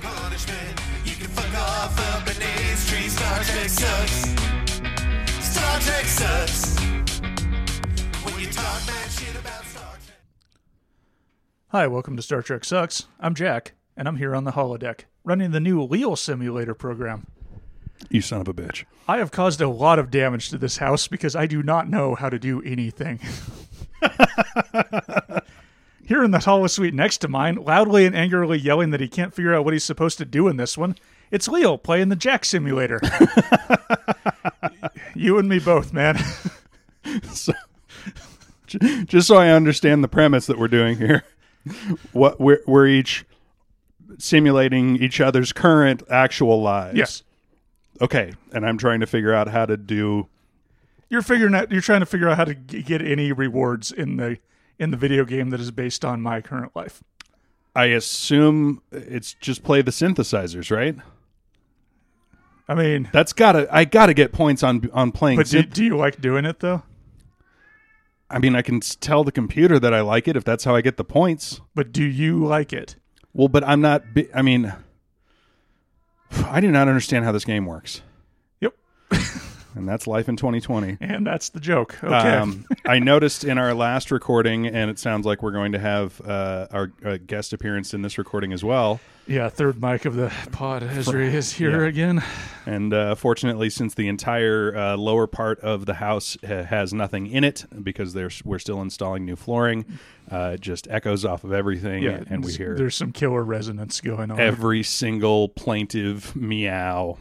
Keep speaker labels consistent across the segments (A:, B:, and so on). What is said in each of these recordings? A: punishment. You can fuck off up in Ace Tree. Star Trek sucks. Star Trek sucks. When you talk that shit about Star Trek.
B: Hi, welcome to Star Trek Sucks. I'm Jack, and I'm here on the holodeck, running the new Leal Simulator program.
C: You son of a bitch.
B: I have caused a lot of damage to this house because I do not know how to do anything. Here in the hollow suite next to mine, loudly and angrily yelling that he can't figure out what he's supposed to do in this one, it's Leo playing the Jack Simulator. you and me both, man.
C: J- Just so I understand the premise that we're doing here, what we're, we're each simulating each other's current actual lives.
B: Yes.
C: Okay, and I'm trying to figure out how to do.
B: You're figuring out you're trying to figure out how to g- get any rewards in the in the video game that is based on my current life.
C: I assume it's just play the synthesizers, right?
B: I mean,
C: That's gotta. I gotta get points on on playing.
B: but do,
C: synth-
B: do you like doing it though?
C: I mean, I can s- tell the computer that I like it if that's how I get the points.
B: But do you like it?
C: Well, but I'm not. bi- I mean, I do not understand how this game works,
B: Yep.
C: and that's life in 2020.
B: And that's the joke. Okay.
C: Um, I noticed in our last recording, and it sounds like we're going to have uh, our uh, guest appearance in this recording as well.
B: yeah, third mic of the pod. Esri is here
C: yeah.
B: again.
C: And uh, fortunately, since the entire uh, lower part of the house uh, has nothing in it because there's we're still installing new flooring, uh, it just echoes off of everything,
B: Yeah,
C: and we
B: s-
C: hear
B: there's some killer resonance going on.
C: every single plaintive meow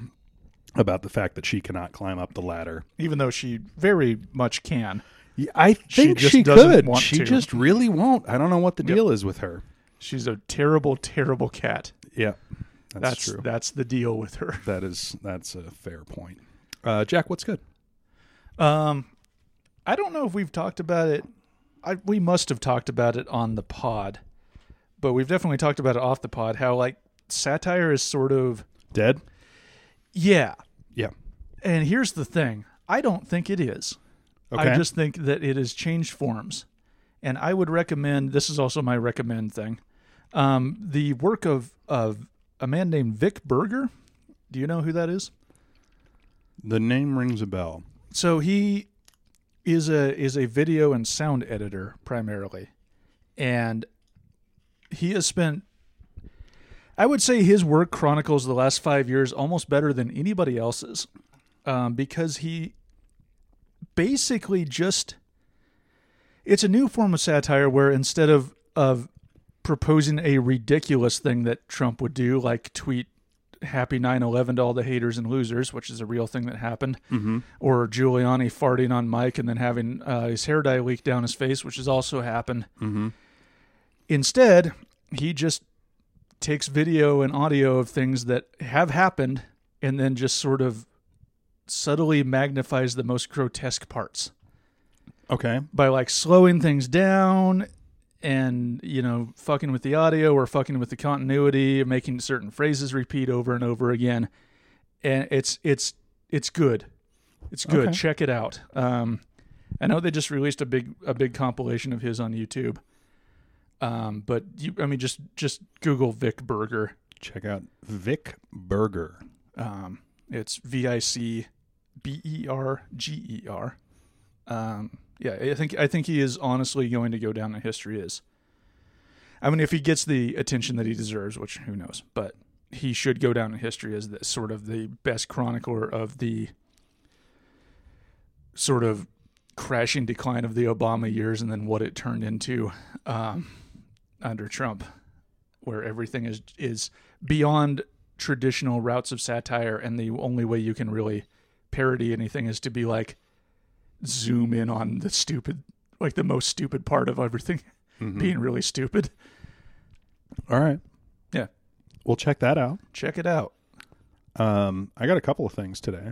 C: about the fact that she cannot climb up the ladder.
B: Even though she very much can,
C: I think
B: just
C: she,
B: doesn't
C: could.
B: want
C: She
B: to.
C: just really won't. I don't know what the deal is with her.
B: she's a terrible, terrible cat.
C: Yeah,
B: That's
C: true.
B: that's the deal with her.
C: That is that's a fair point. Uh, Jack, what's good?
B: Um, I don't know if we've talked about it. I, we must have talked about it on the pod, but we've definitely talked about it off the pod. How like satire is sort of
C: Dead?
B: yeah.
C: Yeah.
B: And here's the thing: I don't think it is. I just think that it has changed forms. And I would recommend this is also my recommend thing. Um, the work of of a man named Vic Berger. Do you know who that is?
C: the name rings a bell.
B: So he is a is a video and sound editor primarily. And he has spent I would say his work chronicles the last five years almost better than anybody else's. Um, because he basically just it's a new form of satire where instead of of proposing a ridiculous thing that Trump would do, like tweet happy 9-11 to all the haters and losers, which is a real thing that happened, or Giuliani farting on Mike and then having uh, his hair dye leak down his face, which has also happened. Instead, he just takes video and audio of things that have happened and then just sort of subtly magnifies the most grotesque parts
C: Okay.
B: by like slowing things down and you know fucking with the audio or fucking with the continuity making certain phrases repeat over and over again and it's it's it's good it's good
C: Okay.
B: check it out um i know they just released a big a big compilation of his on youtube um but you i mean just just google vic berger
C: Check out Vic Burger.
B: um, it's V I C B E R G E R. Um, yeah, I think I think he is honestly going to go down in history as. I mean, if he gets the attention that he deserves, which who knows, but he should go down in history as the, sort of the best chronicler of the sort of crashing decline of the Obama years and then what it turned into um, under Trump, where everything is is beyond traditional routes of satire, and the only way you can really parody anything is to be like zoom in on the stupid, like the most stupid part of everything,
C: Mm-hmm.
B: being really stupid.
C: All right.
B: Yeah,
C: We'll check that out.
B: check it out.
C: Um, I got a couple of things today.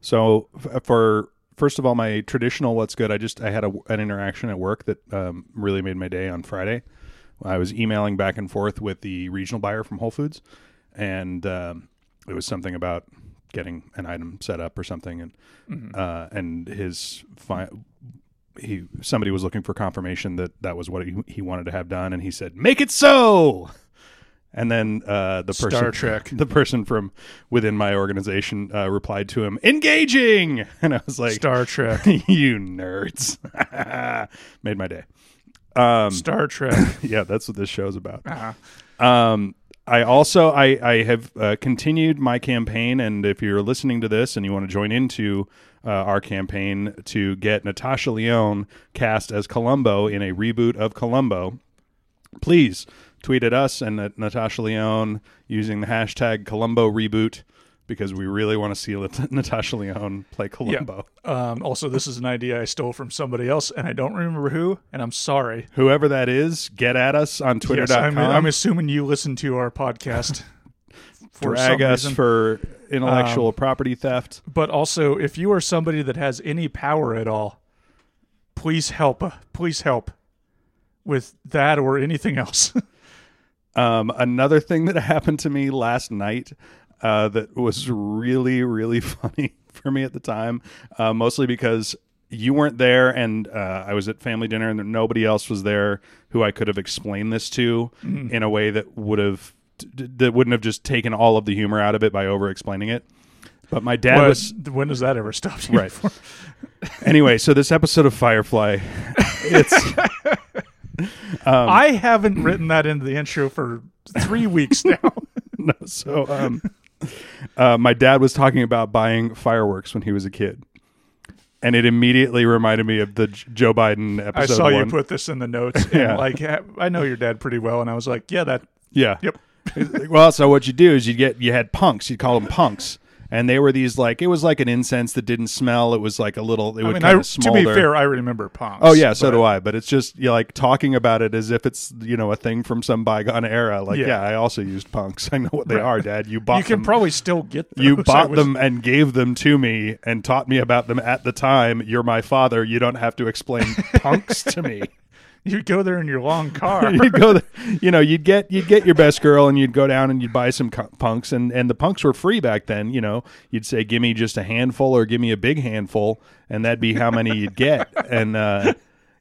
C: So f- uh, for first of all, my traditional what's good. I just I had a, an interaction at work that um, really made my day on Friday. I was emailing back and forth with the regional buyer from Whole Foods, and um, it was something about getting an item set up or something, and
B: Mm-hmm.
C: uh, and his fi- he somebody was looking for confirmation that that was what he, he wanted to have done, and he said, "Make it so." And then uh, the person,
B: Star Trek.
C: the person from within my organization uh, replied to him, "Engaging," and I was like,
B: Star Trek.
C: "You nerds!" Made my day. Um,
B: Star Trek.
C: yeah, that's what this show's about.
B: Uh-huh.
C: Um, I also I I have uh, continued my campaign, and if you're listening to this and you want to join into uh, our campaign to get Natasha Leone cast as Columbo in a reboot of Columbo, please tweet at us and at Natasha Leone using the hashtag Columbo Reboot because we really want to see Lat- Natasha Leone play Columbo.
B: Um, also, this is an idea I stole from somebody else, and I don't remember who, and I'm sorry.
C: Whoever that is, get at us on
B: Yes,
C: Twitter.com.
B: I'm, I'm assuming you listen to our podcast. for some
C: Drag us
B: reason. Um,
C: for intellectual property theft.
B: but also, if you are somebody that has any power at all, please help. uh, Please help with that or anything else.
C: Um, another thing that happened to me last night uh, that was really, really funny for me at the time, uh, mostly because you weren't there and uh, I was at family dinner and nobody else was there who I could have explained this to
B: Mm-hmm.
C: in a way that would have d- d- that wouldn't have just taken all of the humor out of it by over explaining it. But my dad
B: But
C: was
B: when does that ever stop? You?
C: right. anyway, so this episode of Firefly, it's.
B: I haven't written that into the intro for three weeks now.
C: no, so um, uh, my dad was talking about buying fireworks when he was a kid, and it immediately reminded me of the J- Joe Biden episode.
B: I saw
C: one.
B: you put this in the notes. And
C: Yeah.
B: Like, ha- I know your dad pretty well. And I was like, yeah, that,
C: Yeah.
B: Yep.
C: well, so what you do is you get you had punks. You call them punks, and they were these like it was like an incense that didn't smell. It was like a little. It
B: I
C: would
B: mean,
C: kind
B: I,
C: of
B: to
C: smolder.
B: be fair, I remember Ponks.
C: Oh yeah, so
B: but-
C: do I. But it's just you know, like talking about it as if it's you know a thing from some bygone era. Like yeah,
B: Yeah.
C: I also used punks. I know what they are, Dad. You bought
B: You can
C: them.
B: probably still get those.
C: You
B: I
C: bought
B: was-
C: them and gave them to me and taught me about them at the time. You're my father. You don't have to explain punks to me.
B: You go there in your long car.
C: You'd go, th- you know, you'd get you'd get your best girl and you'd go down and you'd buy some co- punks and and the punks were free back then. You know, you'd say give me just a handful or give me a big handful and that'd be how many you'd get and. uh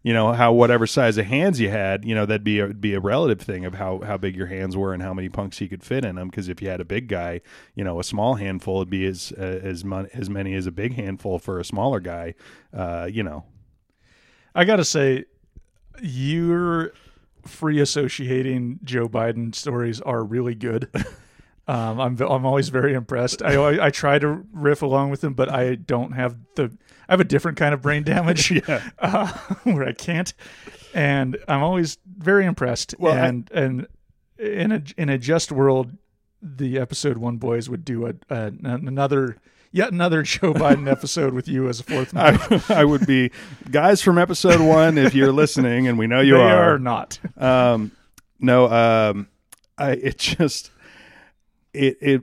C: you know how whatever size of hands you had, you know that'd be a, be a relative thing of how how big your hands were and how many punks you could fit in them. Because if you had a big guy, you know a small handful would be as uh, as mon- as many as a big handful for a smaller guy. Uh, you know,
B: I gotta say, your free associating Joe Biden stories are really good. Um, I'm I'm always very impressed. I always- I try to riff along with them, but I don't have the I have a different kind of brain damage uh, where I can't, and I'm always very impressed.
C: Well, I-
B: and and in a in a just world, the episode one boys would do a, a another yet another Joe Biden episode with you as a fourth member.
C: I, I would be guys from episode one if you're listening, and we know you
B: they
C: are.
B: are not.
C: Um, no, um, I it just it it.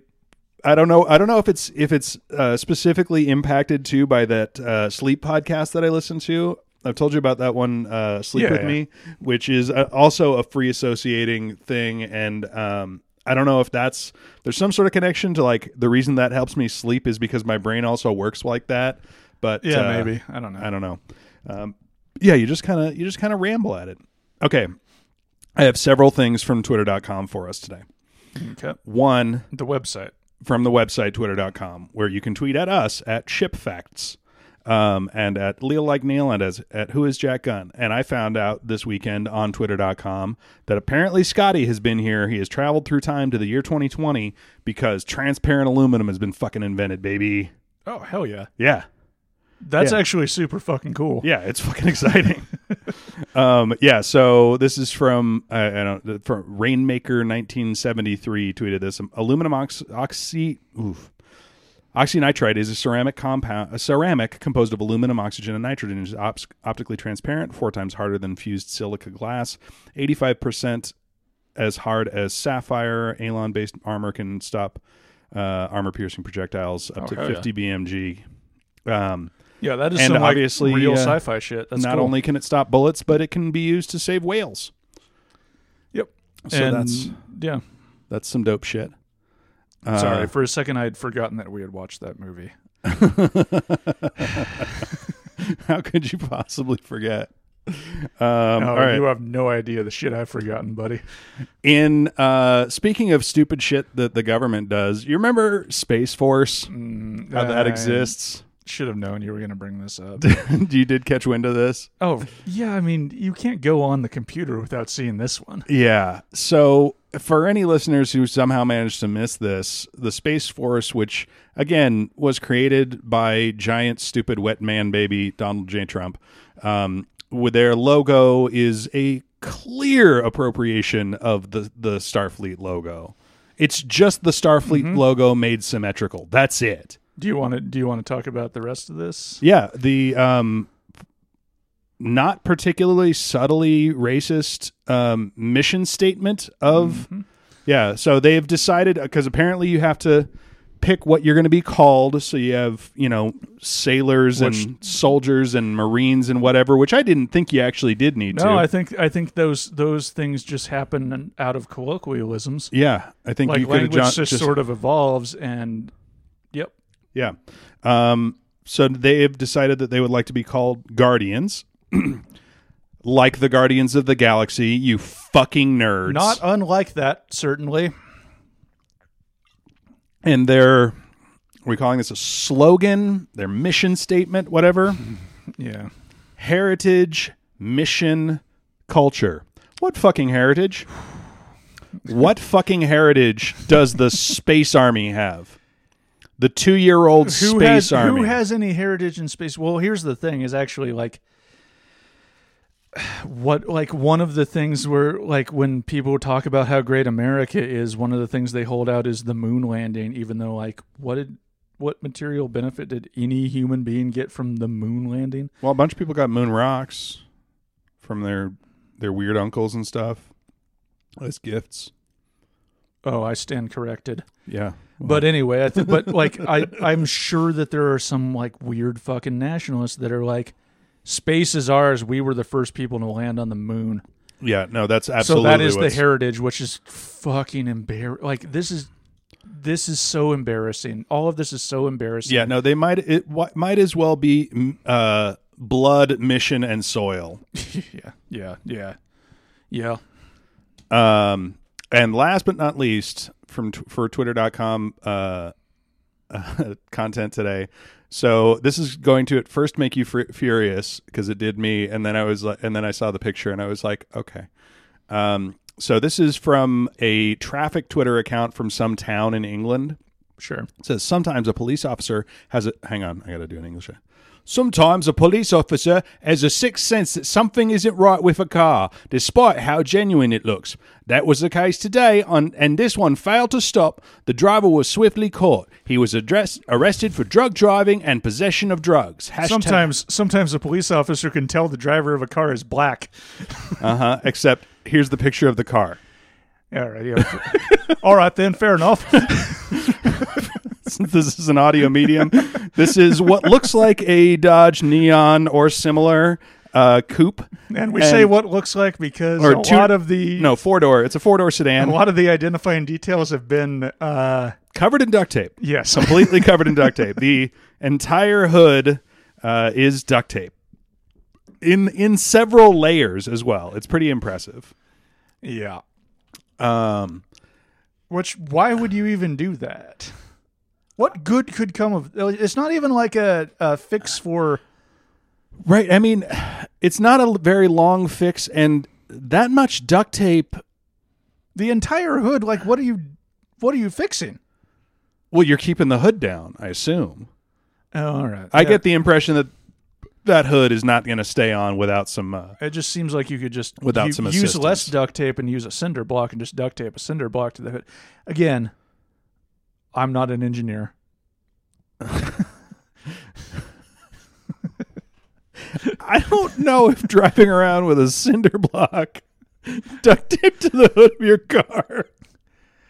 C: I don't know. I don't know if it's if it's uh, specifically impacted too by that uh, sleep podcast that I listen to. I've told you about that one, uh, Sleep
B: Yeah,
C: with
B: yeah.
C: Me, which is uh, also a free associating thing, and um, I don't know if that's there's some sort of connection to like the reason that helps me sleep is because my brain also works like that. But
B: Yeah,
C: uh,
B: maybe. I don't know.
C: I don't know. Um, yeah, you just kind of you just kind of ramble at it. Okay, I have several things from Twitter.com for us today.
B: Okay.
C: One
B: The website.
C: from the website Twitter.com, where you can tweet at us at Ship Facts. Um, and at Leo Like Neil and as at Who is Jack Gunn. And I found out this weekend on Twitter.com that apparently Scotty has been here. He has traveled through time to the year 2020 because transparent aluminum has been fucking invented, baby.
B: Oh hell yeah!
C: Yeah.
B: That's
C: Yeah.
B: actually super fucking cool.
C: Yeah, it's fucking exciting. um, yeah, so this is from I, I don't from Rainmaker 1973 tweeted this aluminum ox, oxy oof. Oxynitrite is a ceramic compound, a ceramic composed of aluminum, oxygen, and nitrogen. It is ops- optically transparent, four times harder than fused silica glass, eighty-five percent as hard as sapphire. Alon-based armor can stop uh, armor-piercing projectiles up
B: Oh,
C: to
B: hell yeah.
C: fifty BMG. Um,
B: Yeah, that is
C: And
B: some
C: obviously,
B: like, real
C: uh,
B: sci-fi shit. That's
C: not
B: cool.
C: only can it stop bullets, but it can be used to save whales.
B: Yep.
C: So
B: And,
C: that's
B: yeah.
C: that's some dope shit. Uh,
B: Sorry, for a second I had forgotten that we had watched that movie.
C: how could you possibly forget? Um,
B: Oh,
C: all right.
B: You have no idea the shit I've forgotten, buddy.
C: In uh, speaking of stupid shit that the government does, you remember Space Force? How that
B: I
C: exists?
B: Should have known you were going to bring this up.
C: you did catch wind of this?
B: oh, yeah. I mean, you can't go on the computer without seeing this one.
C: Yeah. So, for any listeners who somehow managed to miss this, the Space Force, which again was created by giant, stupid, wet man baby Donald J. Trump, um, with their logo is a clear appropriation of the, the Starfleet logo. It's just the Starfleet logo made symmetrical. That's it.
B: Do you want to? Do you want to talk about the rest of this?
C: Yeah, the um not particularly subtly racist um mission statement of
B: Mm-hmm.
C: Yeah, so they've decided cuz apparently you have to pick what you're going to be called so you have, you know, sailors and soldiers and marines and whatever, which I didn't think you actually did need to.
B: No, I think I think those those things just happen out of colloquialisms.
C: yeah, I think
B: Like
C: you could have
B: language
C: just,
B: just, sort of evolves, and yep,
C: Yeah. Um, so they have decided that they would like to be called Guardians. like the Guardians of the Galaxy, you fucking nerds.
B: not unlike that certainly.
C: and their are we calling this a slogan, their mission statement, whatever.
B: Yeah,
C: heritage, mission, culture. What fucking heritage? what fucking heritage does the space army have? The two year old
B: who
C: space
B: has
C: army.
B: who has any heritage in space? Well, here's the thing: is actually like what like one of the things where like when people talk about how great America is, one of the things they hold out is the moon landing, even though like what did what material benefit did any human being get from the moon landing?
C: Well, a bunch of people got moon rocks from their their weird uncles and stuff as gifts.
B: Oh, I stand corrected.
C: Yeah,
B: But anyway, I think but like I I'm sure that there are some like weird fucking nationalists that are like space is ours. We were the first people to land on the moon.
C: yeah. No, that's
B: so
C: absolutely.
B: that is the
C: what's-
B: heritage, which is fucking embarrassing. Like this is this is so embarrassing. All of this is so embarrassing.
C: Yeah, no, they might it w- might as well be mm, uh, blood, mission, and soil.
B: yeah, yeah, yeah, yeah.
C: Um, and last but not least, from t- for Twitter.com uh, uh, content today. So this is going to at first make you fur- furious because it did me, and then I was like, and then I saw the picture and I was like, okay. Um, so this is from a traffic Twitter account from some town in England.
B: Sure.
C: It says sometimes a police officer has a hang on, I gotta do an English. here. Sometimes a police officer has a sixth sense that something isn't right with a car, despite how genuine it looks. That was the case today, on, and this one failed to stop. The driver was swiftly caught. He was addressed, arrested for drug driving and possession of drugs. Hashtag-
B: Sometimes sometimes a police officer can tell the driver of a car is black.
C: Uh-huh, except here's the picture of the car.
B: All right. Yeah. All right then. Fair enough.
C: Since this is an audio medium, this is what looks like a Dodge Neon or similar uh, coupe.
B: And we say
C: And-
B: what looks like because
C: Or
B: a
C: two-
B: lot of the
C: No, four door. It's a four door
B: a
C: sedan
B: lot of the identifying details have been uh
C: covered in duct tape.
B: yes.
C: Completely covered in duct tape. The entire hood uh, is duct tape in in several layers as well. It's pretty impressive.
B: yeah.
C: Um,
B: Which why would you even do that? What good could come of uh, it's not even like a, a fix for
C: right. I mean, it's not a very long fix, and that much duct tape.
B: the entire hood. Like what are you what are you fixing?
C: Well, you're keeping the hood down, I assume.
B: Oh, all right.
C: I get the impression that that hood is not going to stay on without some. Uh,
B: it just seems like you could just
C: Without
B: u-
C: some
B: use
C: assistance.
B: less duct tape and use a cinder block and just duct tape a cinder block to the hood. Again, I'm not an engineer.
C: I don't know if driving around with a cinder block duct taped to the hood of your car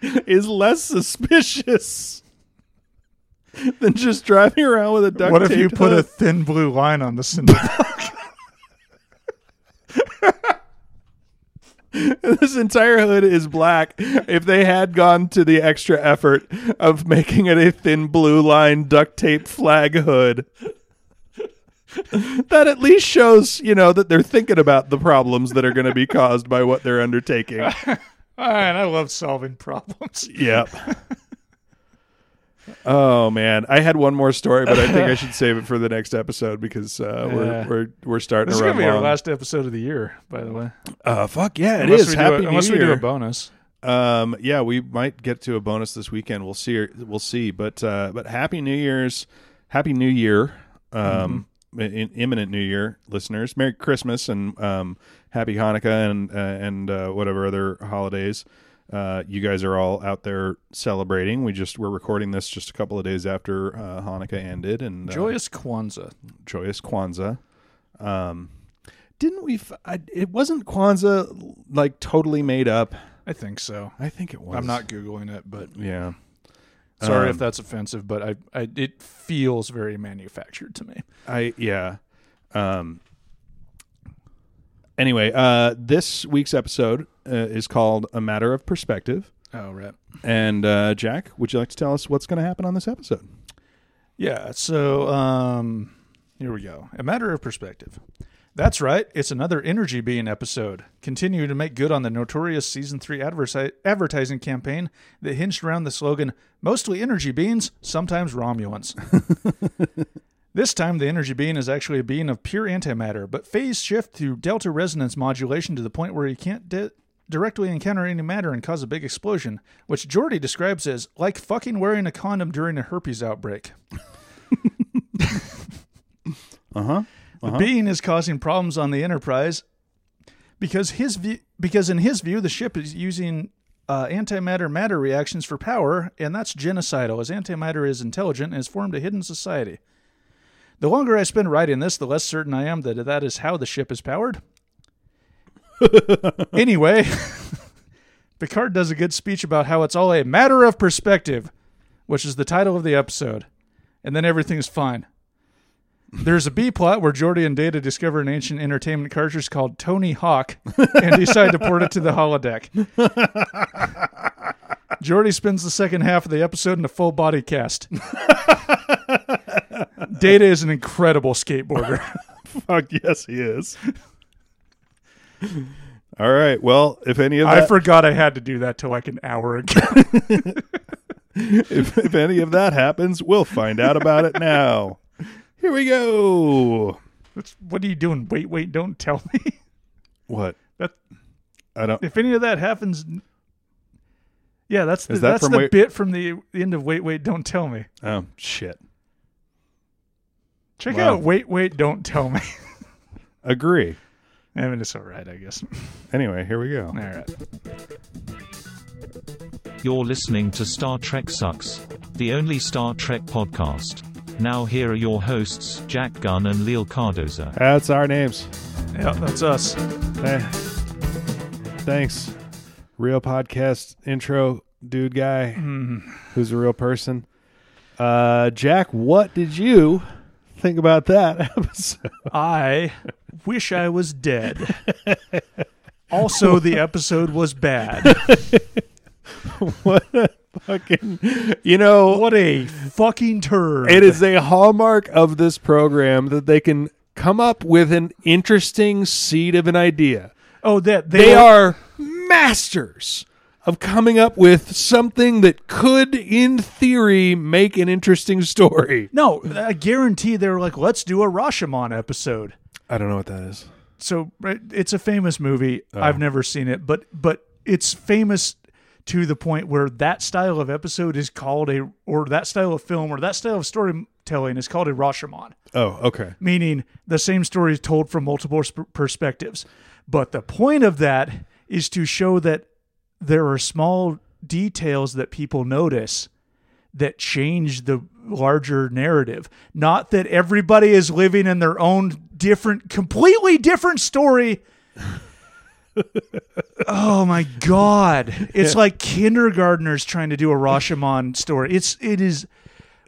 C: is less suspicious than just driving around with a duct
B: What if you
C: taped
B: put a
C: hood.
B: thin blue line on the cinder
C: this entire hood is black if they had gone to the extra effort of making it a thin blue line duct tape flag hood that at least shows, you know, that they're thinking about the problems that are going to be caused by what they're undertaking.
D: All right, I love solving problems.
C: Yep. Oh man, I had one more story, but I think I should save it for the next episode because uh,
D: Yeah.
C: we're, we're we're starting
D: This is
C: to
D: gonna
C: run
D: be our
C: long.
D: last episode of the year, by the way.
C: uh, fuck yeah, it
D: unless
C: is.
D: we do
C: Happy
D: a,
C: New
D: unless
C: Year.
D: we do a bonus.
C: Um, yeah, we might get to a bonus this weekend. We'll see. We'll see. But uh, but happy New Year's, happy New Year, um,
D: Mm-hmm.
C: in, imminent New Year, listeners. Merry Christmas and um, happy Hanukkah and uh, and uh, whatever other holidays. Uh, you guys are all out there celebrating. We just we're recording this just a couple of days after uh, Hanukkah ended and uh,
D: Joyous Kwanzaa.
C: joyous Kwanzaa. Um, didn't we? F- I, it wasn't Kwanzaa like totally made up.
D: I think so.
C: I think it was.
D: I'm not googling it, but
C: Yeah.
D: sorry
C: Um,
D: if that's offensive, but I, I it feels very manufactured to me.
C: I yeah. Um Anyway, uh this week's episode uh, is called A Matter of Perspective.
D: Oh right.
C: And uh Jack, would you like to tell us what's going to happen on this episode?
D: Yeah, so um here we go. A matter of perspective. That's right. It's another Energy Bean episode. Continue to make good on the notorious season 3 adversi- advertising campaign that hinged around the slogan mostly energy beans, sometimes Romulans. This time, the energy bean is actually a bean of pure antimatter, but phase shift through delta resonance modulation to the point where you can't di- directly encounter any matter and cause a big explosion, which Jordy describes as like fucking wearing a condom during a herpes outbreak.
C: Uh-huh.
D: The being is causing problems on the Enterprise because his view, because in his view, the ship is using uh, antimatter matter reactions for power, and that's genocidal. As antimatter is intelligent and has formed a hidden society. The longer I spend writing this, the less certain I am that that is how the ship is powered. anyway, Picard does a good speech about how it's all a matter of perspective, which is the title of the episode, and then everything's fine. There's a B plot where Jordy and Data discover an ancient entertainment cartridge called Tony Hawk and decide to port it to the holodeck. Jordy spends the second half of the episode in a full body cast. Data is an incredible skateboarder.
C: Fuck, yes he is. All right. Well, if any of
D: I
C: that
D: forgot I had to do that till like an hour ago.
C: if, if any of that happens, we'll find out about it now. Here we go.
D: It's- what are you doing? Wait, wait, don't tell me.
C: What?
D: That
C: I don't
D: if any of that happens Yeah, that's the,
C: Is that
D: that's
C: from
D: the
C: Wait-
D: bit from the end of Wait, Wait, Don't Tell Me.
C: Oh, shit.
D: Check
C: Wow.
D: out Wait, Wait, Don't Tell Me.
C: Agree.
D: I mean, it's all right, I guess.
C: Anyway, here we go.
D: All right.
E: You're listening to Star Trek Sucks, the only Star Trek podcast. Now, here are your hosts, Jack Gunn and Leal Cardoza.
C: That's our names.
D: Yeah, that's us.
C: Hey. Thanks. Real podcast intro dude guy who's a real person. Uh Jack, what did you think about that episode?
D: I wish I was dead. Also, the episode was bad.
C: what a fucking you know
D: What a fucking turd.
C: it is a hallmark of this program that they can come up with an interesting seed of an idea.
D: oh, that they,
C: they are masters of coming up with something that could in theory make an interesting story
D: No, I guarantee they're like, let's do a Rashomon episode.
C: i don't know what that is
D: So right, it's a famous movie. I've never seen it, but but it's famous to the point where that style of episode is called a, or that style of film, or that style of storytelling is called a Rashomon.
C: oh okay
D: meaning the same story is told from multiple sp- perspectives. But the point of that is to show that there are small details that people notice that change the larger narrative. Not that everybody is living in their own different, completely different story. oh my god! It's like kindergartners trying to do a Rashomon story. It's it is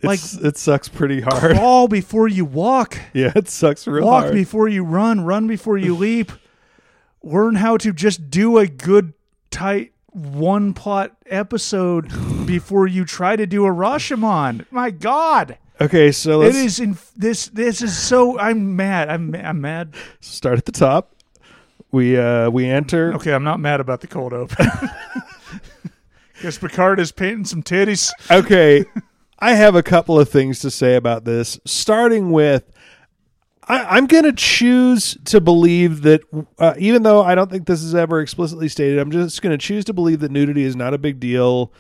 D: like
C: It's- it sucks pretty hard
D: crawl before you walk.
C: yeah it sucks real
D: Walk
C: hard
D: before you run, run before you leap. Learn how to just do a good, tight one plot episode before you try to do a Rashomon. My God.
C: Okay, so
B: It
C: let's
B: is in this. This is so. I'm mad. I'm I'm mad.
C: start at the top. We uh we enter.
B: Okay, I'm not mad about the cold open. Because Picard is painting some titties.
C: okay i have a couple of things to say about this starting with I, i'm going to choose to believe that uh, even though i don't think this is ever explicitly stated i'm just going to choose to believe that nudity is not a big deal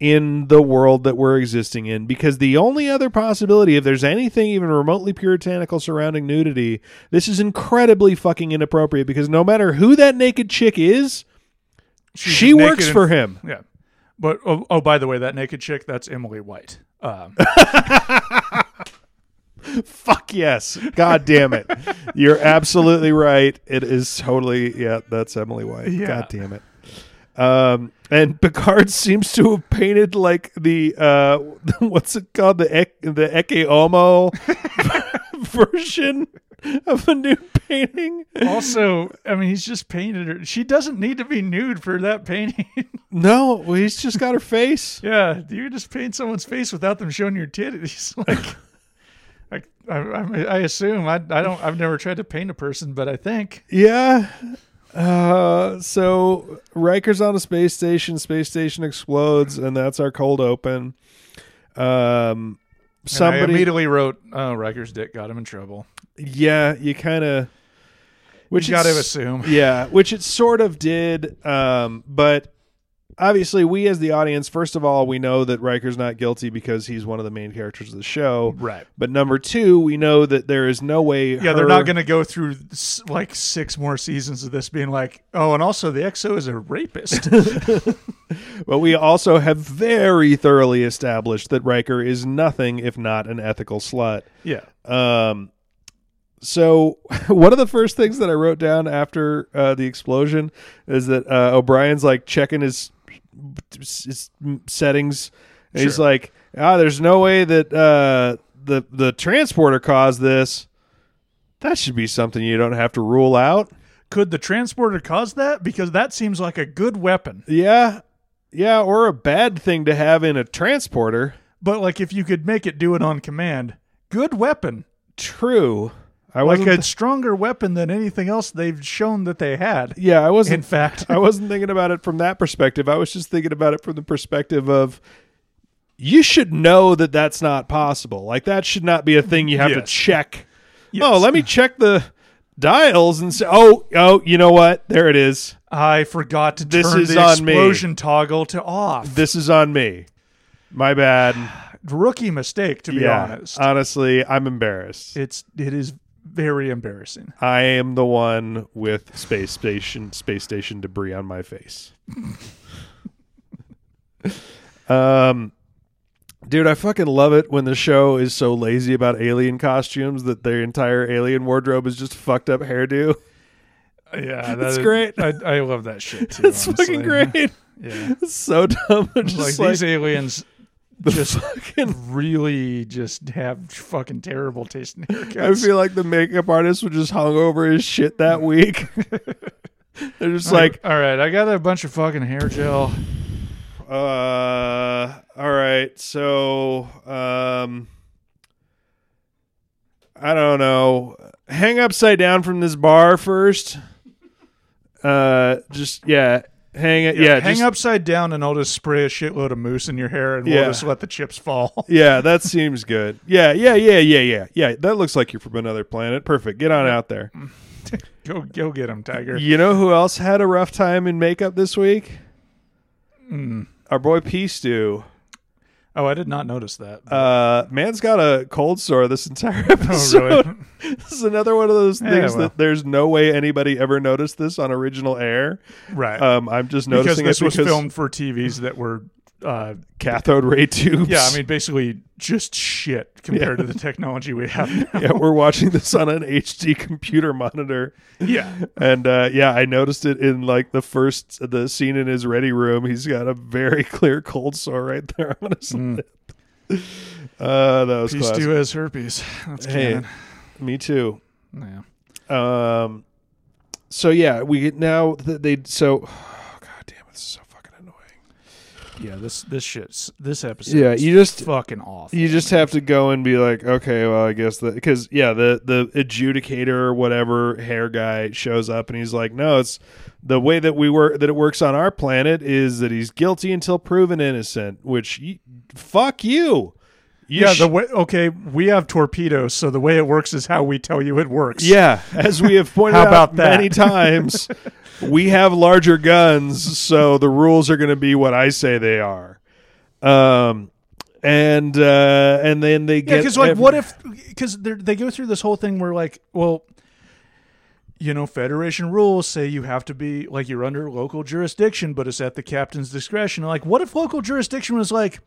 C: in the world that we're existing in because the only other possibility if there's anything even remotely puritanical surrounding nudity this is incredibly fucking inappropriate because no matter who that naked chick is
B: She's
C: she
B: naked
C: works
B: and-
C: for him
B: Yeah. But
D: uh,
B: oh, oh, by the way, that naked chick, that's Emily White. Um,
C: Fuck yes. God damn it. You're absolutely right. It is totally yeah, that's Emily White.
B: Yeah.
C: God damn it. Um and Picard seems to have painted like the uh what's it called? The Ek- the Eke Omo version of a nude painting.
B: also, I mean, he's just painted her. She doesn't need to be nude for that painting.
C: No, well, he's just got her face.
B: yeah, you just paint someone's face without them showing your titties. Like, like I, I, I assume I, I don't. I've never tried to paint a person, but I think
C: Yeah. Uh, so Riker's on a space station. Space station explodes, and that's our cold open. Um,
B: somebody
C: somebody,
B: immediately wrote, "Oh, Riker's dick got him in trouble."
C: yeah, you kind of, which
B: You got to
C: it's-
B: assume.
C: yeah, which it sort of did. Um, but obviously, we as the audience, first of all, we know that Riker's not guilty because he's one of the main characters of the show,
B: Right.
C: But number two, we know that there is no way.
B: Yeah, they're not
C: her-
B: going to go through s- like six more seasons of this being like, oh, and also the XO is a rapist.
C: But we also have very thoroughly established that Riker is nothing if not an ethical slut.
B: yeah.
C: Um, so one of the first things that I wrote down after uh, the explosion is that uh, O'Brien's like checking his, his settings. And He's
B: Sure.
C: like, ah, there's no way that uh, the the transporter caused this. That should be something you don't have to rule out.
B: Could the transporter cause that? Because that seems like a good weapon.
C: Yeah, yeah, or a bad thing to have in a transporter.
B: But like if you could make it do it on command, good weapon.
C: True. I
B: Like
C: wasn't.
B: a stronger weapon than anything else they've shown that they had.
C: yeah, I
B: In
C: wasn't.
B: fact,
C: I wasn't thinking about it from that perspective. I was just thinking about it from the perspective of you should know that that's not possible. Like that should not be a thing you have to
B: Yes.
C: check.
B: Yes.
C: Oh, let me check the dials and say, oh, oh, you know what? There it is.
B: I forgot to
C: This
B: turn
C: is
B: the
C: on me.
B: explosion toggle to off.
C: This is on me. My bad.
B: Rookie mistake, to be
C: yeah.
B: honest.
C: Honestly, I'm embarrassed.
B: it's it is very embarrassing.
C: I am the one with space station space station debris on my face. um dude, I fucking love it when the show is so lazy about alien costumes that their entire alien wardrobe is just fucked up hairdo.
B: Yeah,
C: That's is- great.
B: I, I love that shit too.
C: It's fucking great.
B: Yeah.
C: It's so dumb. It's
B: Like,
C: just like,
B: these aliens just
C: fucking
B: really just have fucking terrible taste in
C: I
B: haircuts.
C: feel like the makeup artist was just hung over his shit that week. They're just like,
B: all right, I got a bunch of fucking hair gel.
C: Uh, all right. So, um, I don't know. Hang upside down from this bar first. Uh, just yeah, hang it. Yeah,
B: hang
C: just-
B: upside down, and I'll just spray a shitload of mousse in your hair, and
C: Yeah.
B: we'll just let the chips fall.
C: Yeah, that seems good. Yeah, yeah, yeah, yeah, yeah, yeah. That looks like you're from another planet. Perfect. Get on out there.
B: go, go get him, Tiger.
C: You know who else had a rough time in makeup this week? Our boy P Stew.
B: Oh, I did not notice that.
C: Uh, man's got a cold sore this entire episode. this is another one of those
B: Oh, Yeah,
C: things
B: well.
C: that there's no way anybody ever noticed this on original air.
B: right,
C: Um, I'm just
B: because
C: noticing
B: this
C: it
B: was
C: because
B: filmed for TVs that were. Uh,
C: cathode ray tubes.
B: yeah, I mean, basically just shit compared to the technology we have. Now.
C: yeah, we're watching this on an HD computer monitor,
B: yeah,
C: and uh, yeah, I noticed it in like the first the scene in his ready room. He's got a very clear cold sore right there on his lip. Uh, that was
B: Hmm. Peace
C: classic.
B: to as herpes. That's
C: Hey,
B: canon.
C: me too.
B: Yeah.
C: Um. oh, So yeah, we get now that they so. God damn, it's so fucking annoying.
D: yeah, this this shit's this episode.
C: Yeah,
D: is
C: you just-
D: fucking off.
C: You just have to go and be like, okay, well, I guess that because yeah, the the adjudicator or whatever hair guy shows up and he's like, no, it's the way that we work that it works on our planet is that he's guilty until proven innocent. Which y- fuck you. you
D: yeah,
C: sh-
D: the way okay, we have torpedoes, so the way it works is how we tell you it works.
C: yeah. As we have pointed
D: How
C: out
D: about that?
C: many times, we have larger guns, so the rules are going to be what I say they are. Um. And uh, and then they
D: Yeah,
C: get
D: because like,
C: every-
D: what if? Because they go through this whole thing where like, well, you know, Federation rules say you have to be like you're under local jurisdiction, but it's at the captain's discretion. Like, what if local jurisdiction was like,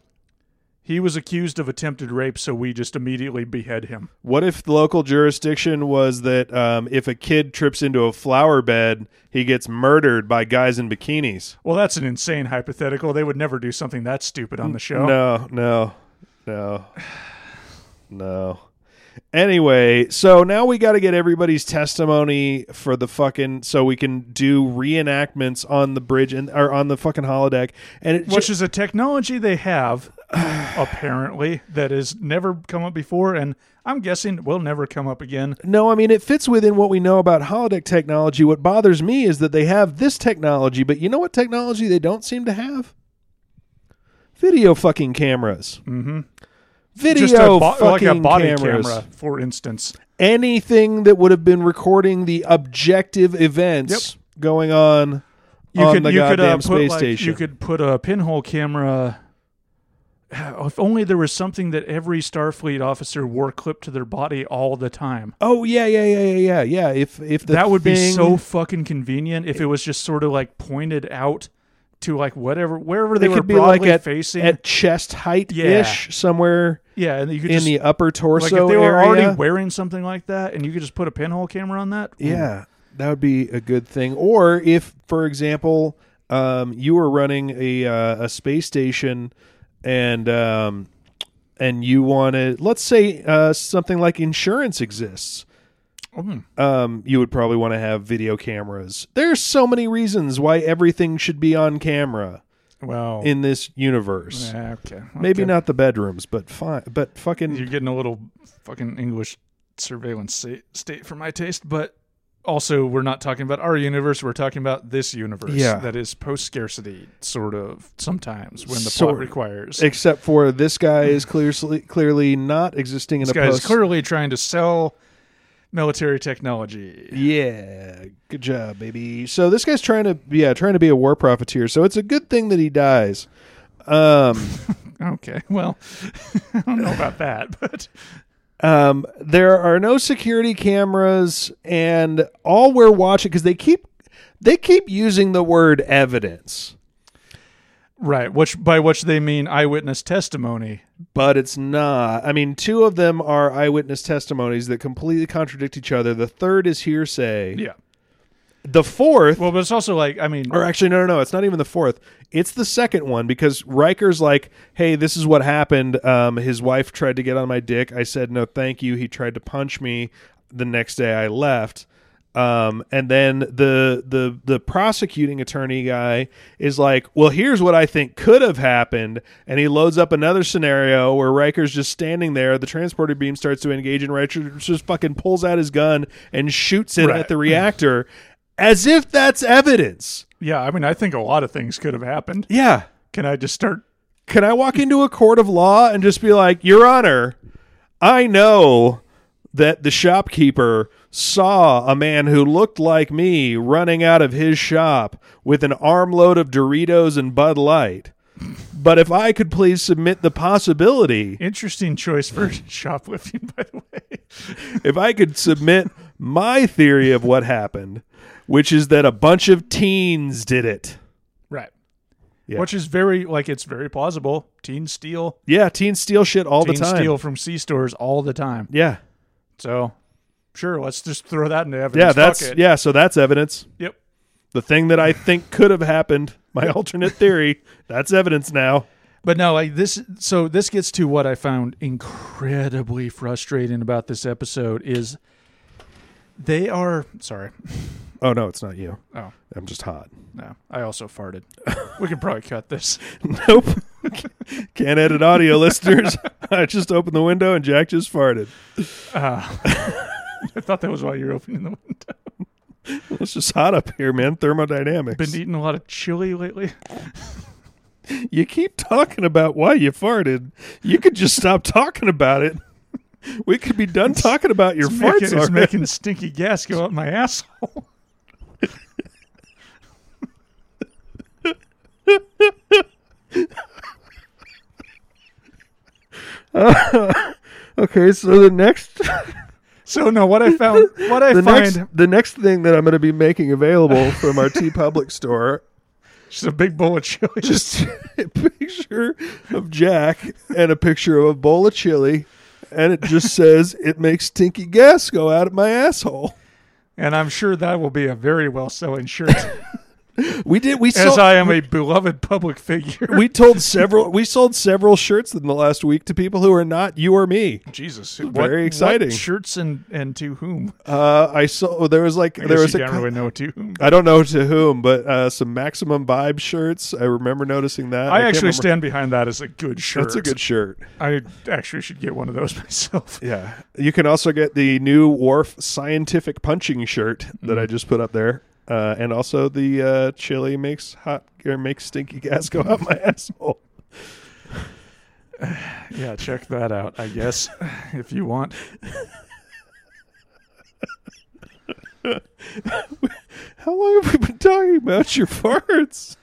D: he was accused of attempted rape, so we just immediately behead him?
C: What if the local jurisdiction was that um, if a kid trips into a flower bed, he gets murdered by guys in bikinis?
D: Well, that's an insane hypothetical. They would never do something that stupid on the show.
C: No, no, no, no. Anyway, so now we got to get everybody's testimony for the fucking so we can do reenactments on the bridge and or on the fucking holodeck. And it
D: Which
C: ju-
D: is a technology they have, apparently, that has never come up before, and I'm guessing will never come up again.
C: No, I mean it fits within what we know about holodeck technology. What bothers me is that they have this technology, but you know what technology they don't seem to have? Video fucking cameras. Mm-hmm. Video
D: Just a bo-
C: fucking
D: like a body
C: cameras.
D: camera, for instance.
C: Anything that would have been recording the objective events going on on the goddamn
D: uh, put,
C: space
D: like,
C: station.
D: You could put a pinhole camera. If only there was something that every Starfleet officer wore clipped to their body all the time.
C: oh yeah, yeah, yeah, yeah, yeah, yeah. If if the
D: that would be
C: thing-
D: so fucking convenient if it was just sort of like pointed out to like whatever wherever they,
C: it
D: were
C: could be like
D: broadly
C: at,
D: facing.
C: at chest height ish somewhere
D: yeah, and you could
C: in
D: just
C: the upper torso
D: like if they were
C: area.
D: already wearing something like that, and you could just put a pinhole camera on that. ooh,
C: Yeah, that would be a good thing. Or if, for example, um, you were running a uh, a space station, and um, and you wanted, let's say, uh, something like insurance exists.
D: Mm.
C: Um, you would probably want to have video cameras. There's so many reasons why everything should be on camera
D: Well,
C: in this universe.
D: yeah, okay,
C: Maybe
D: okay.
C: not the bedrooms, but fine. But fucking
D: You're getting a little fucking English surveillance sta- state for my taste, but also we're not talking about our universe. We're talking about this universe
C: Yeah.
D: that is post scarcity, sort of sometimes when the
C: Sort-
D: plot requires.
C: except for this guy is clearly clearly not existing in
D: this
C: a
D: guy is
C: post.
D: clearly trying to sell military technology.
C: Yeah, good job, baby. So this guy's trying to yeah, trying to be a war profiteer. So it's a good thing that he dies. Um
D: Okay, well, I don't know about that, but
C: um there are no security cameras and all we're watching cuz they keep they keep using the word evidence,
D: right, which by which they mean eyewitness testimony.
C: but it's not. I mean, two of them are eyewitness testimonies that completely contradict each other. The third is hearsay.
D: Yeah.
C: The fourth
D: Well, but it's also like I mean,
C: Or actually, no, no, no. It's not even the fourth. It's the second one because Riker's like, "Hey, this is what happened. Um, his wife tried to get on my dick. I said no, thank you. He tried to punch me. The next day, I left." Um, and then the the the prosecuting attorney guy is like, "Well, here's what I think could have happened," and he loads up another scenario where Riker's just standing there. The transporter beam starts to engage, and Riker just fucking pulls out his gun and shoots it
D: Right.
C: at the reactor, as if that's evidence.
D: yeah, I mean, I think a lot of things could have happened.
C: Yeah.
D: Can I just start
C: Can I walk into a court of law and just be like, Your Honor, I know that the shopkeeper saw a man who looked like me running out of his shop with an armload of Doritos and Bud Light. But if I could please submit the possibility,
D: Interesting choice for shoplifting, by the way.
C: if I could submit my theory of what happened, which is that a bunch of teens did it.
D: Right.
C: Yeah.
D: Which is very like it's very plausible. Teen steal,
C: Yeah, teens steal shit all
D: teen
C: the time.
D: steal from C stores all the time.
C: Yeah.
D: So, sure, let's just throw that into evidence.
C: Yeah,
D: Fuck
C: that's
D: it.
C: yeah, so that's evidence.
D: Yep.
C: the thing that I think could have happened, my alternate theory, that's evidence now.
D: But no, like this. So this gets to what I found incredibly frustrating about this episode is they are sorry.
C: Oh no, it's not you.
B: Oh.
C: I'm just hot.
B: No, I also farted. we can probably cut this.
C: Nope. Can't edit audio, listeners. I just opened the window and Jack just farted.
B: Uh, I thought that was why you were opening the window.
C: It's just hot up here, man. Thermodynamics.
B: Been eating a lot of chili lately.
C: you keep talking about why you farted. You could just stop talking about it. We could be done talking about your
B: It's
C: farts
B: making, it's
C: already.
B: making stinky gas go up my asshole.
C: okay, so the next
B: So no, what I found, what I
C: the
B: find,
C: next the next thing that I'm going to be making available from our T Public store
B: just a big bowl of chili.
C: just a picture of Jack and a picture of a bowl of chili, and it just says it makes stinky gas go out of my asshole.
B: and I'm sure that will be a very well selling shirt,
C: We did we
B: as
C: sold
B: I am a beloved public figure.
C: we told several we sold several shirts in the last week to people who are not you or me.
B: Jesus,
C: very exciting.
B: shirts and and to whom?
C: Uh, I saw there was like
B: I
C: there
B: guess
C: was
B: you
C: a
B: don't
C: cou-
B: really know to whom.
C: I don't know to whom, but uh, some maximum vibe shirts. I remember noticing that.
B: I,
C: can't
B: actually
C: remember-
B: stand behind that as a good shirt.
C: That's a good shirt.
B: I actually should get one of those myself.
C: Yeah. You can also get the new Wharf scientific punching shirt that I just put up there. Uh, and also the uh, chili makes hot or makes stinky gas go out my asshole.
B: Yeah, check that out. I guess if you want.
C: How long have we been talking about your farts?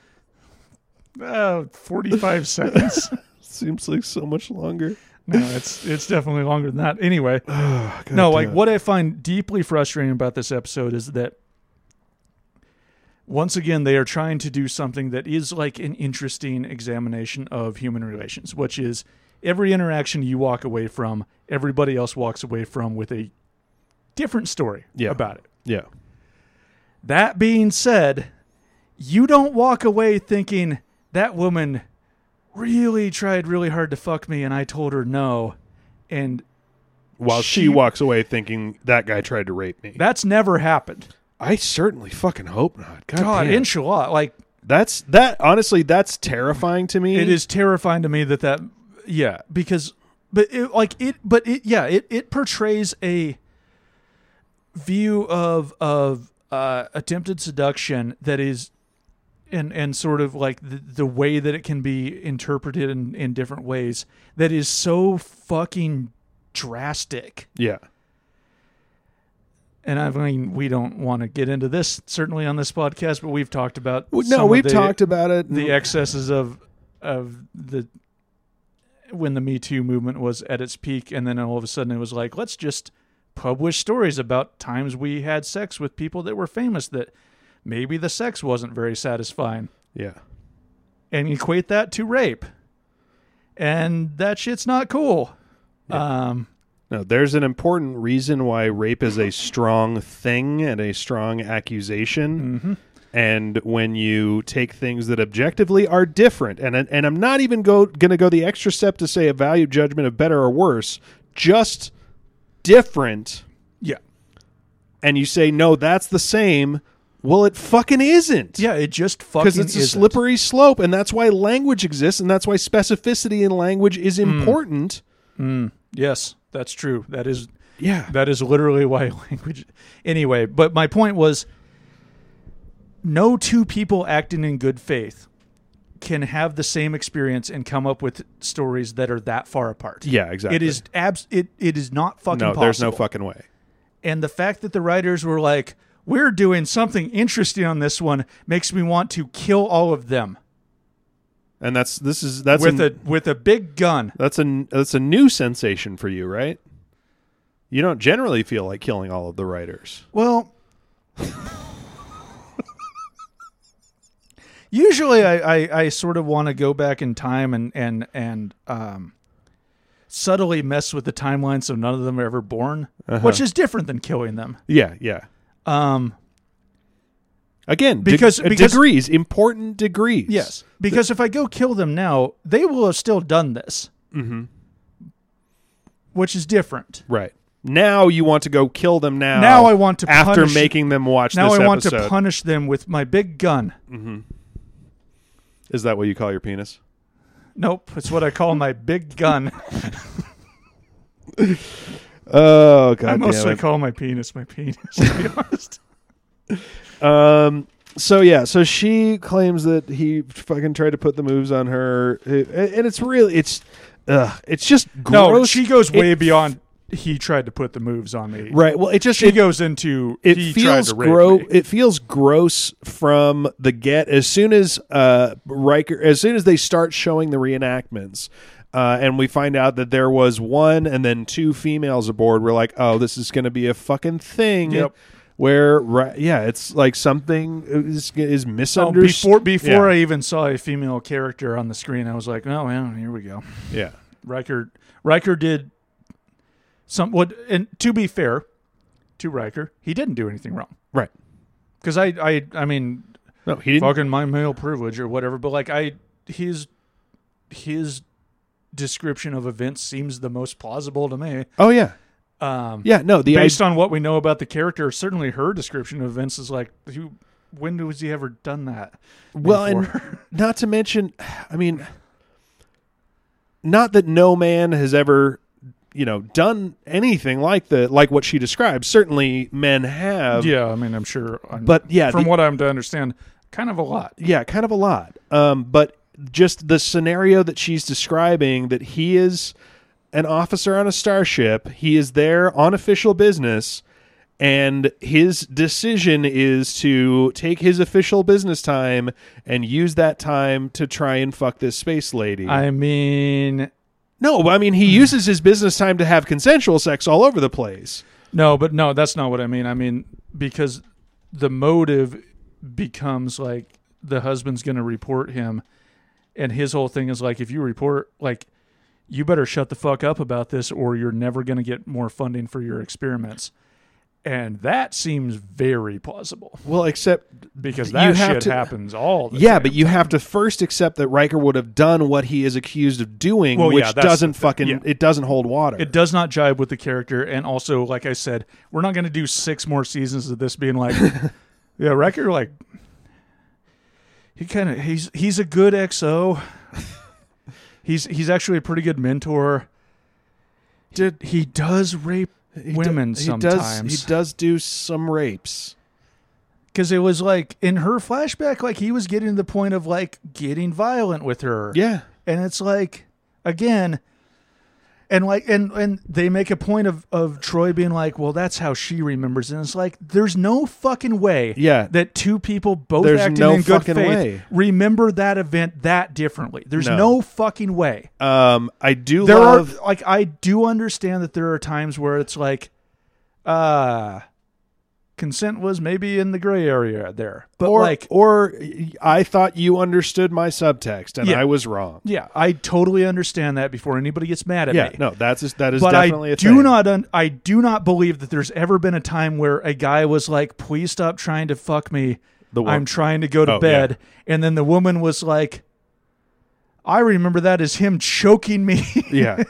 B: Uh, 45 seconds.
C: Seems like so much longer.
B: No, it's it's definitely longer than that. Anyway,
C: Oh,
B: no, like what I find deeply frustrating about this episode is that once again they are trying to do something that is like an interesting examination of human relations, which is every interaction you walk away from, everybody else walks away from with a different story
C: Yeah.
B: about it.
C: Yeah.
B: That being said, you don't walk away thinking that woman really tried really hard to fuck me and I told her no. And
C: While she,
B: She-
C: walks away thinking that guy tried to rape me.
B: that's never happened.
C: I certainly fucking hope not. God,
B: God,
C: damn.
B: inshallah. Like,
C: that's that honestly that's terrifying to me.
B: it is terrifying to me that that, yeah, because, but it, like, it, but it, yeah, it, it portrays a view of, of, uh, attempted seduction that is, and, and sort of like the, the way that it can be interpreted in, in different ways that is so fucking drastic.
C: Yeah.
B: and I mean, we don't want to get into this certainly on this podcast, but we've talked about some
C: No,
B: of
C: we've
B: the,
C: talked about it. Mm.
B: the excesses of of the when the Me Too movement was at its peak, and then all of a sudden it was like, let's just publish stories about times we had sex with people that were famous that maybe the sex wasn't very satisfying,
C: yeah.
B: and equate that to rape, and that shit's not cool. Um,
C: No, there's an important reason why rape is a strong thing and a strong accusation.
B: Mm-hmm.
C: And when you take things that objectively are different, and and I'm not even go going to go the extra step to say a value judgment of better or worse, just different,
B: yeah,
C: and you say no, that's the same. Well, it fucking isn't.
B: yeah, it just fucking
C: Because it's a
B: isn't.
C: slippery slope, and that's why language exists, and that's why specificity in language is
B: Mm.
C: important.
B: Yes, that's true. That is
C: Yeah.
B: That is literally why language. Anyway, but my point was no two people acting in good faith can have the same experience and come up with stories that are that far apart.
C: Yeah, exactly.
B: It is abs- it, it is not fucking
C: no,
B: possible.
C: there's no fucking way.
B: and the fact that the writers were like, we're doing something interesting on this one makes me want to kill all of them
C: And that's this is that's
B: with
C: an-
B: a with a big gun.
C: That's a that's a new sensation for you, right? You don't generally feel like killing all of the writers.
B: Well, usually I, I, I sort of want to go back in time and and and um, subtly mess with the timeline so none of them are ever born,
C: Uh-huh.
B: which is different than killing them.
C: Yeah, yeah.
B: Um,
C: Again,
B: Because-
C: because,
B: because-
C: degrees, important degrees.
B: yes, because if I go kill them now, they will have still done this, mm-hmm. which is different.
C: Right. Now you want to go kill them now.
B: Now I want to
C: after
B: punish-
C: making them watch
B: Now I
C: this
B: want
C: episode.
B: to punish them with my big gun.
C: Is that what you call your penis?
B: Nope, it's what I call my big gun.
C: Oh god.
B: I mostly
C: damn it.
B: call my penis my penis, to be honest.
C: Um. So yeah. So she claims that he fucking tried to put the moves on her, It- and it's really it's, ugh, it's just gross.
B: No, she goes
C: It-
B: way beyond he tried to put the moves on me.
C: Right. Well, it just
B: She
C: it,
B: goes into
C: it
B: he tried
C: feels
B: to rape
C: gross.
B: me.
C: It feels gross from the get. As soon as uh Riker, as soon as they start showing the reenactments. Uh, and we find out that there was one and then two females aboard. We're like, oh, this is going to be a fucking thing.
B: Yep.
C: Where, ri- yeah, it's like something is, is
B: Oh,
C: misunderstood.
B: before before I
C: Yeah.
B: even saw a female character on the screen, I was like, "Oh yeah, here we go."
C: yeah.
B: Riker Riker did some what and to be fair to Riker, he didn't do anything wrong.
C: Right.
B: Cuz I I I mean,
C: No, he didn't.
B: fucking my male privilege or whatever, but like I his his description of events seems the most plausible to me.
C: Oh yeah,
B: Um
C: yeah. No, the
B: based
C: idea,
B: on what we know about the character, certainly her description of events is like who when was he ever done that?
C: well, and
B: before.
C: not to mention, I mean, not that no man has ever, you know, done anything like the like what she describes. Certainly, men have.
B: yeah, I mean, I'm sure I'm,
C: Um, But, yeah,
B: from
C: the-
B: what I'm to understand, kind of a lot.
C: yeah, kind of a lot. Um, but just the scenario that she's describing that he is an officer on a starship, he is there on official business, and his decision is to take his official business time and use that time to try and fuck this space lady.
B: I mean,
C: no, I mean he uses his business time to have consensual sex all over the place.
B: No, but no, that's not what I mean. I mean because the motive becomes like the husband's going to report him, and his whole thing is like, if you report, like, you better shut the fuck up about this, or you're never going to get more funding for your experiments. And that seems very plausible
C: Well, except
B: because
C: You
B: that
C: have
B: shit
C: to-
B: happens all the
C: Yeah,
B: time.
C: but you have to first accept that Riker would have done what he is accused of doing,
B: Well,
C: which
B: yeah, that's
C: doesn't
B: the thing,
C: fucking
B: yeah.
C: it doesn't hold water.
B: It does not jibe with the character, and also, like I said, we're not going to do six more seasons of this being like, yeah, Riker, like he kind of he's he's a good XO. he's he's actually a pretty good mentor. Did he does rape
C: He do-
B: women
C: he Does,
B: sometimes?
C: he does do some rapes.
B: Because it was like in her flashback, like he was getting to the point of like getting violent with her.
C: Yeah,
B: and it's like again and like and and they make a point of of Troy being like well that's how she remembers and it's like there's no fucking way
C: Yeah.
B: that two people both
C: There's
B: acting
C: no
B: in good
C: fucking
B: faith
C: way.
B: remember that event that differently there's
C: No.
B: no, fucking way
C: um, I do
B: there
C: love.
B: are like I do understand that there are times where it's like uh consent was maybe in the gray area there but
C: or,
B: uh, like
C: or I thought you understood my subtext and
B: Yeah.
C: I was wrong.
B: yeah I totally understand that before anybody gets mad at
C: Yeah,
B: me
C: no, that's is- that is
B: but I
C: definitely a
B: do
C: thing.
B: not un- I do not believe that there's ever been a time where a guy was like, "Please stop trying to fuck me.
C: The wo-
B: I'm trying to go to
C: Oh,
B: bed." And then the woman was like, "I remember that as him choking me,
C: Yeah,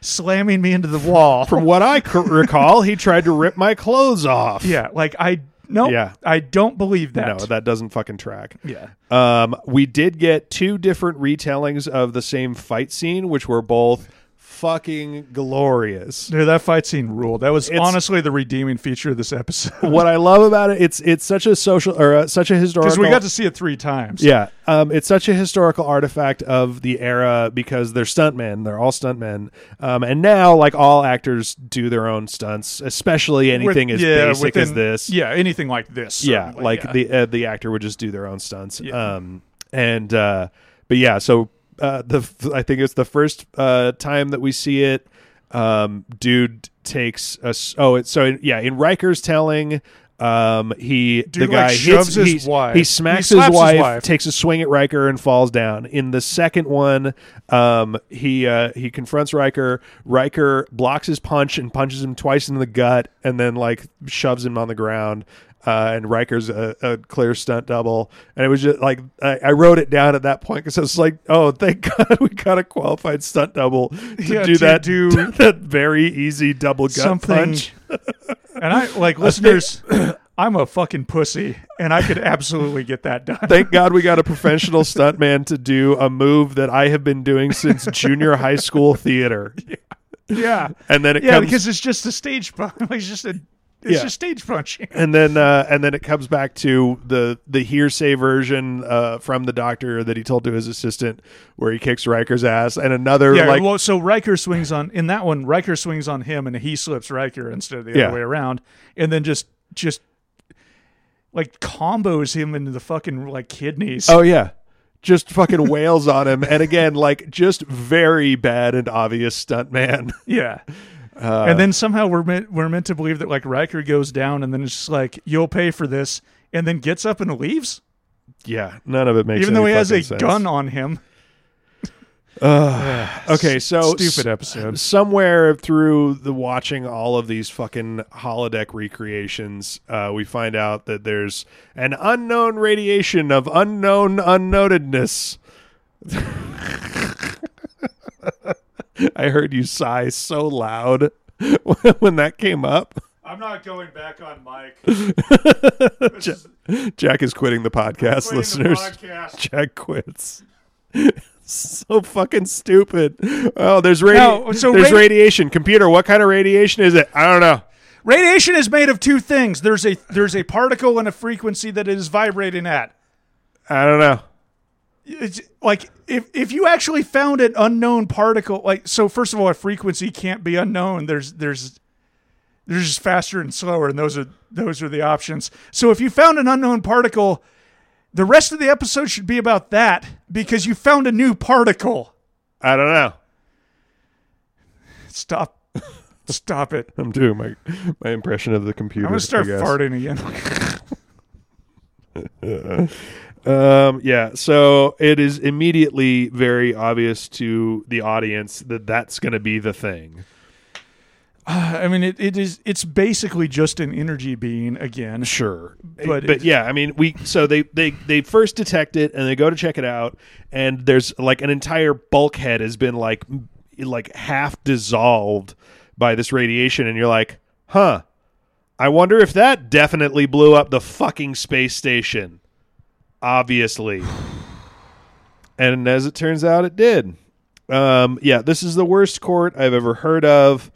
B: slamming me into the wall."
C: from what I c- recall, he tried to rip my clothes off.
B: yeah, like I no,
C: Yeah.
B: I don't believe that.
C: No, that doesn't fucking track.
B: Yeah.
C: Um, we did get two different retellings of the same fight scene, which were both fucking glorious.
B: Dude, that fight scene ruled. That was
C: It's-
B: honestly the redeeming feature of this episode
C: what I love about it, it's it's such a social or uh, such a
B: because
C: historical.
B: we got to see it three times.
C: yeah, um, it's such a historical artifact of the era because they're stuntmen. They're all stuntmen, um, and now like all actors do their own stunts, especially
B: With-
C: anything as
B: yeah,
C: basic as
B: within-
C: this.
B: Yeah, anything like this.
C: yeah
B: certainly,
C: like
B: yeah.
C: the uh, the actor would just do their own stunts um and uh but yeah so uh the f- i think it's the first uh time that we see it um dude takes a s- oh it's so yeah in Riker's telling um he the
B: Dude,
C: guy
B: like, shoves
C: hits,
B: his
C: he,
B: wife.
C: he
B: He
C: smacks
B: slaps
C: his,
B: his
C: wife,
B: wife.
C: takes a swing at Riker and falls down in the second one um he uh he confronts Riker Riker blocks his punch and punches him twice in the gut and then like shoves him on the ground uh, and Riker's a, a clear stunt double. And it was just like I, I wrote it down at that point because I was like, oh, thank God we got a qualified stunt double to
D: Yeah,
C: do
D: to
C: that
D: do
C: that very easy double gut
D: something.
C: punch.
D: and I like listeners. I'm a fucking pussy, and I could absolutely get that done.
C: Thank God we got a professional stuntman to do a move that I have been doing since junior high school theater.
D: yeah,
C: And then it
D: yeah,
C: comes
D: because it's just a stage punch. It's just a it's
C: Yeah.
D: just stage punching.
C: and then uh, and then it comes back to the the hearsay version uh, from the doctor that he told to his assistant, where he kicks Riker's ass, and another
D: Yeah,
C: like
D: well, so Riker swings on in that one. Riker swings on him, and he slips Riker instead of the
C: Yeah.
D: other way around, and then just just like combos him into the fucking like kidneys.
C: oh yeah, just fucking wails on him, and again like just very bad and obvious stuntman.
D: Yeah.
C: Uh.
D: and then somehow we're meant, we're meant to believe that like Riker goes down and then it's just like you'll pay for this and then gets up and leaves
C: yeah, none of it makes
D: even though
C: any
D: he has
C: fucking
D: a
C: sense.
D: gun on him.
C: Okay, so
D: Stupid episode.
C: somewhere through the watching all of these fucking holodeck recreations, uh, we find out that there's an unknown radiation of unknown unnotedness. I heard you sigh so loud when that came up.
D: I'm not going back on Mike.
C: Jack is quitting the podcast, listeners. Jack quits. so fucking stupid. Oh, there's radi-
D: No, so
C: there's
D: ra-
C: radiation. Computer, what kind of radiation is it? I don't know.
D: Radiation is made of two things. There's a there's a particle and a frequency that it is vibrating at.
C: I don't know.
D: It's like if if you actually found an unknown particle, like so first of all, a frequency can't be unknown. There's there's there's just faster and slower, and those are those are the options. So if you found an unknown particle, the rest of the episode should be about that because you found a new particle.
C: I don't know.
D: Stop. Stop it.
C: I'm doing my my impression of the computer.
D: I'm gonna start
C: I guess.
D: farting again.
C: Um, yeah. So it is immediately very obvious to the audience that that's going to be the thing.
D: I mean, it, it is. It's basically just an energy being again.
C: Sure, but
D: But it-
C: yeah, I mean, we so they they they first detect it and they go to check it out, and there's like an entire bulkhead has been like m- like half dissolved by this radiation, and you're like, huh, I wonder if that definitely blew up the fucking space station, obviously, and as it turns out, it did. Um, yeah, this is the worst court I've ever heard of.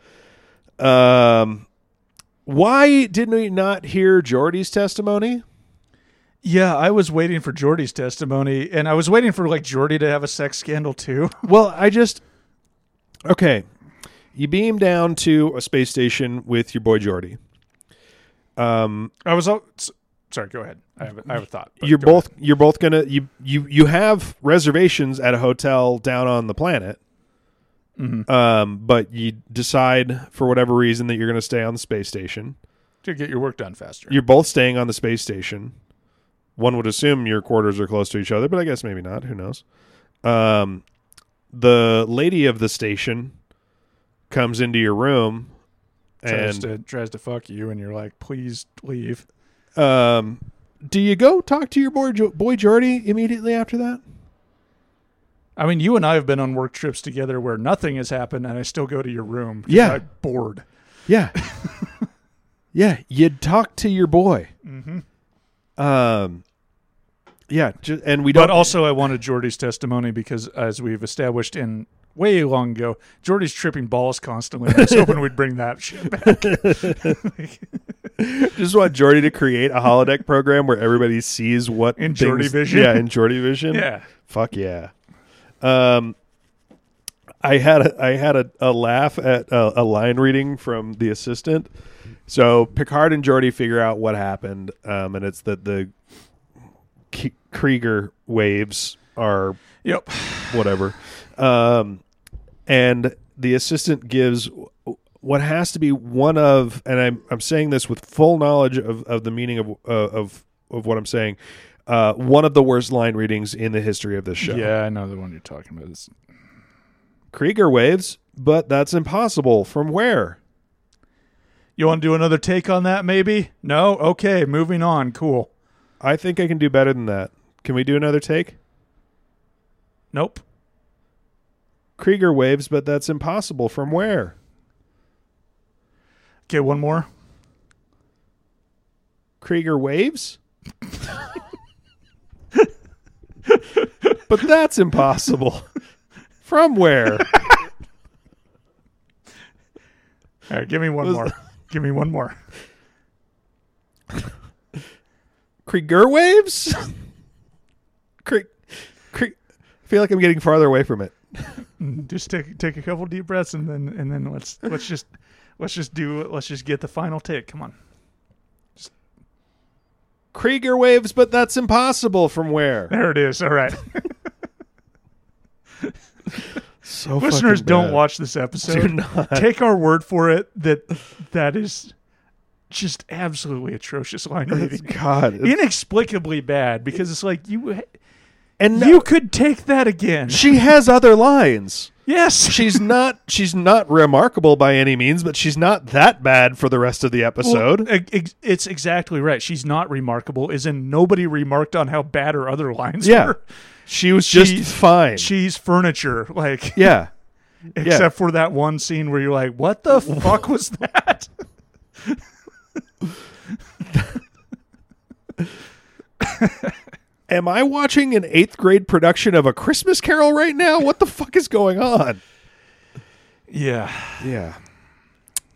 C: Um, why didn't we not hear Jordy's testimony?
D: Yeah, I was waiting for Jordy's testimony, and I was waiting for like Jordy to have a sex scandal too.
C: Well, I just okay. You beam down to a space station with your boy Jordy. Um,
D: I was all s- sorry. Go ahead. I have a, I have a thought. but
C: You're
D: go
C: both you're both gonna you you you have reservations at a hotel down on the planet. Um, but you decide for whatever reason that you're gonna stay on the space station.
D: ahead. to get your work done faster.
C: You're both staying on the space station. One would assume your quarters are close to each other, but I guess maybe not. Who knows? Um, the lady of the station comes into your room and
D: tries to tries to fuck you, and you're like, please leave.
C: um, do you go talk to your boy jo- boy Jordy immediately after that?
D: I mean, you and I have been on work trips together where nothing has happened, and I still go to your room. 'cause
C: Yeah.
D: I'm bored.
C: Yeah. yeah, you'd talk to your boy. Mm-hmm. Um, yeah, ju- and we don't
D: But also, I wanted Jordy's testimony because, as we've established in way long ago, Jordy's tripping balls constantly. I was hoping we'd bring that shit back.
C: just want Jordy to create a holodeck program where everybody sees what
D: In
C: things-
D: Jordy Vision.
C: Yeah, in Jordy Vision.
D: Yeah.
C: Fuck yeah. Um I had a, I had a, a laugh at a, a line reading from the assistant. So Picard and Jordy figure out what happened, um, and it's that the K- Krieger waves are
D: Yep.
C: whatever. Um, and the assistant gives w- what has to be one of, and I'm I'm saying this with full knowledge of, of the meaning of uh, of of what I'm saying. Uh, one of the worst line readings in the history of this show.
D: Yeah, I know the one you're talking about. It's-
C: Krieger waves, but that's impossible. From where?
D: You want to do another take on that, maybe? No? Okay, moving on. Cool.
C: I think I can do better than that. Can we do another take?
D: Nope.
C: Krieger waves, but that's impossible. From where?
D: Okay, one more.
C: Krieger waves? but that's impossible. From where?
D: All right, give me one more. Give me one more.
C: Krieger waves? Krieg, Krieg. I feel like I'm getting farther away from it.
D: Just take take a couple deep breaths and then and then let's let's just let's just do let's just get the final take. Come on.
C: Krieger waves, but that's impossible. From where?
D: There it is. All right.
C: So
D: Listeners,
C: fucking
D: don't
C: bad.
D: watch this episode. Take our word for it that that is just absolutely atrocious line reading.
C: God.
D: Inexplicably bad because it's like you
C: and
D: you could take that again.
C: she has other lines.
D: Yes.
C: She's not she's not remarkable by any means, but she's not that bad for the rest of the episode.
D: Well, e- ex- it's exactly right. She's not remarkable, is in nobody remarked on how bad her other lines
C: yeah.
D: were.
C: She was
D: She's-
C: just fine.
D: She's furniture, like
C: yeah.
D: except for that one scene where you're like, "What the fuck was that?"
C: Am I watching an 8th grade production of A Christmas Carol right now? What the fuck is going on?
D: Yeah,
C: Yeah.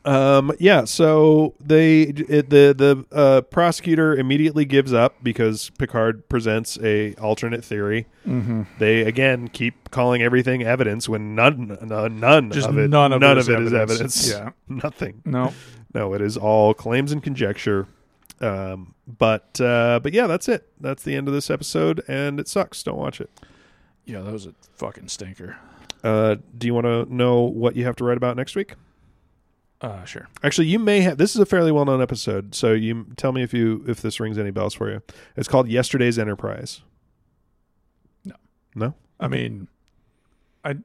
C: Um, yeah. So they it, the the uh, prosecutor immediately gives up because Picard presents a alternate theory. Mm-hmm. They again keep calling everything evidence when none none, none
D: Just
C: of it
D: none of it is
C: is
D: evidence.
C: evidence.
D: Yeah.
C: nothing.
D: no,
C: No, it is all claims and conjecture. Um, but uh, but yeah, that's it. That's the end of this episode, and it sucks. Don't watch it.
D: yeah, that was a fucking stinker.
C: Uh, do you want to know what you have to write about next week?
D: Uh, sure.
C: Actually, you may have. This is a fairly well-known episode, so you tell me if you if this rings any bells for you. It's called Yesterday's Enterprise.
D: No.
C: no.
D: I mean, I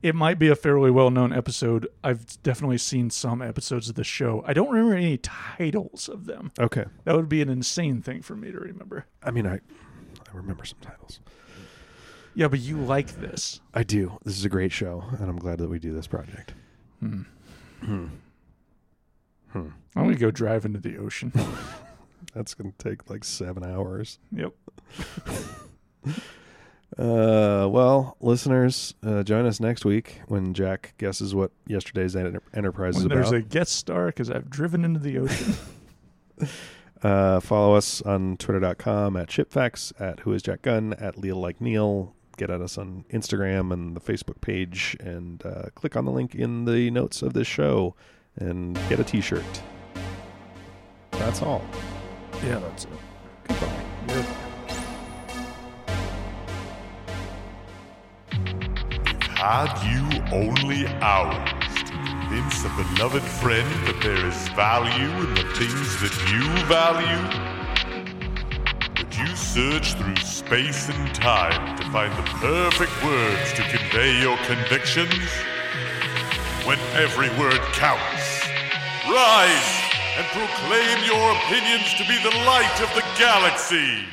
D: it might be a fairly well known episode. I've definitely seen some episodes of the show. I don't remember any titles of them.
C: Okay.
D: That would be an insane thing for me to remember.
C: I mean, I I remember some titles.
D: Yeah, but you like this.
C: I do. This is a great show, and I'm glad that we do this project.
D: I'm gonna go drive into the ocean.
C: That's going to take like seven hours.
D: yep.
C: Uh, well, listeners, uh, join us next week when Jack guesses what Yesterday's Enter- Enterprise
D: When
C: is
D: there's
C: about.
D: a guest star because I've driven into the ocean.
C: Uh, follow us on twitter.com at shipfacts, at who is Jack Gunn, at Leal Like Neil. Get at us on Instagram and the Facebook page, and uh, click on the link in the notes of this show and get a t shirt. That's all.
D: yeah, that's it.
C: Goodbye.
A: Had you only hours to convince a beloved friend that there is value in the things that you value? Would you search through space and time to find the perfect words to convey your convictions? When every word counts, rise and proclaim your opinions to be the light of the galaxy!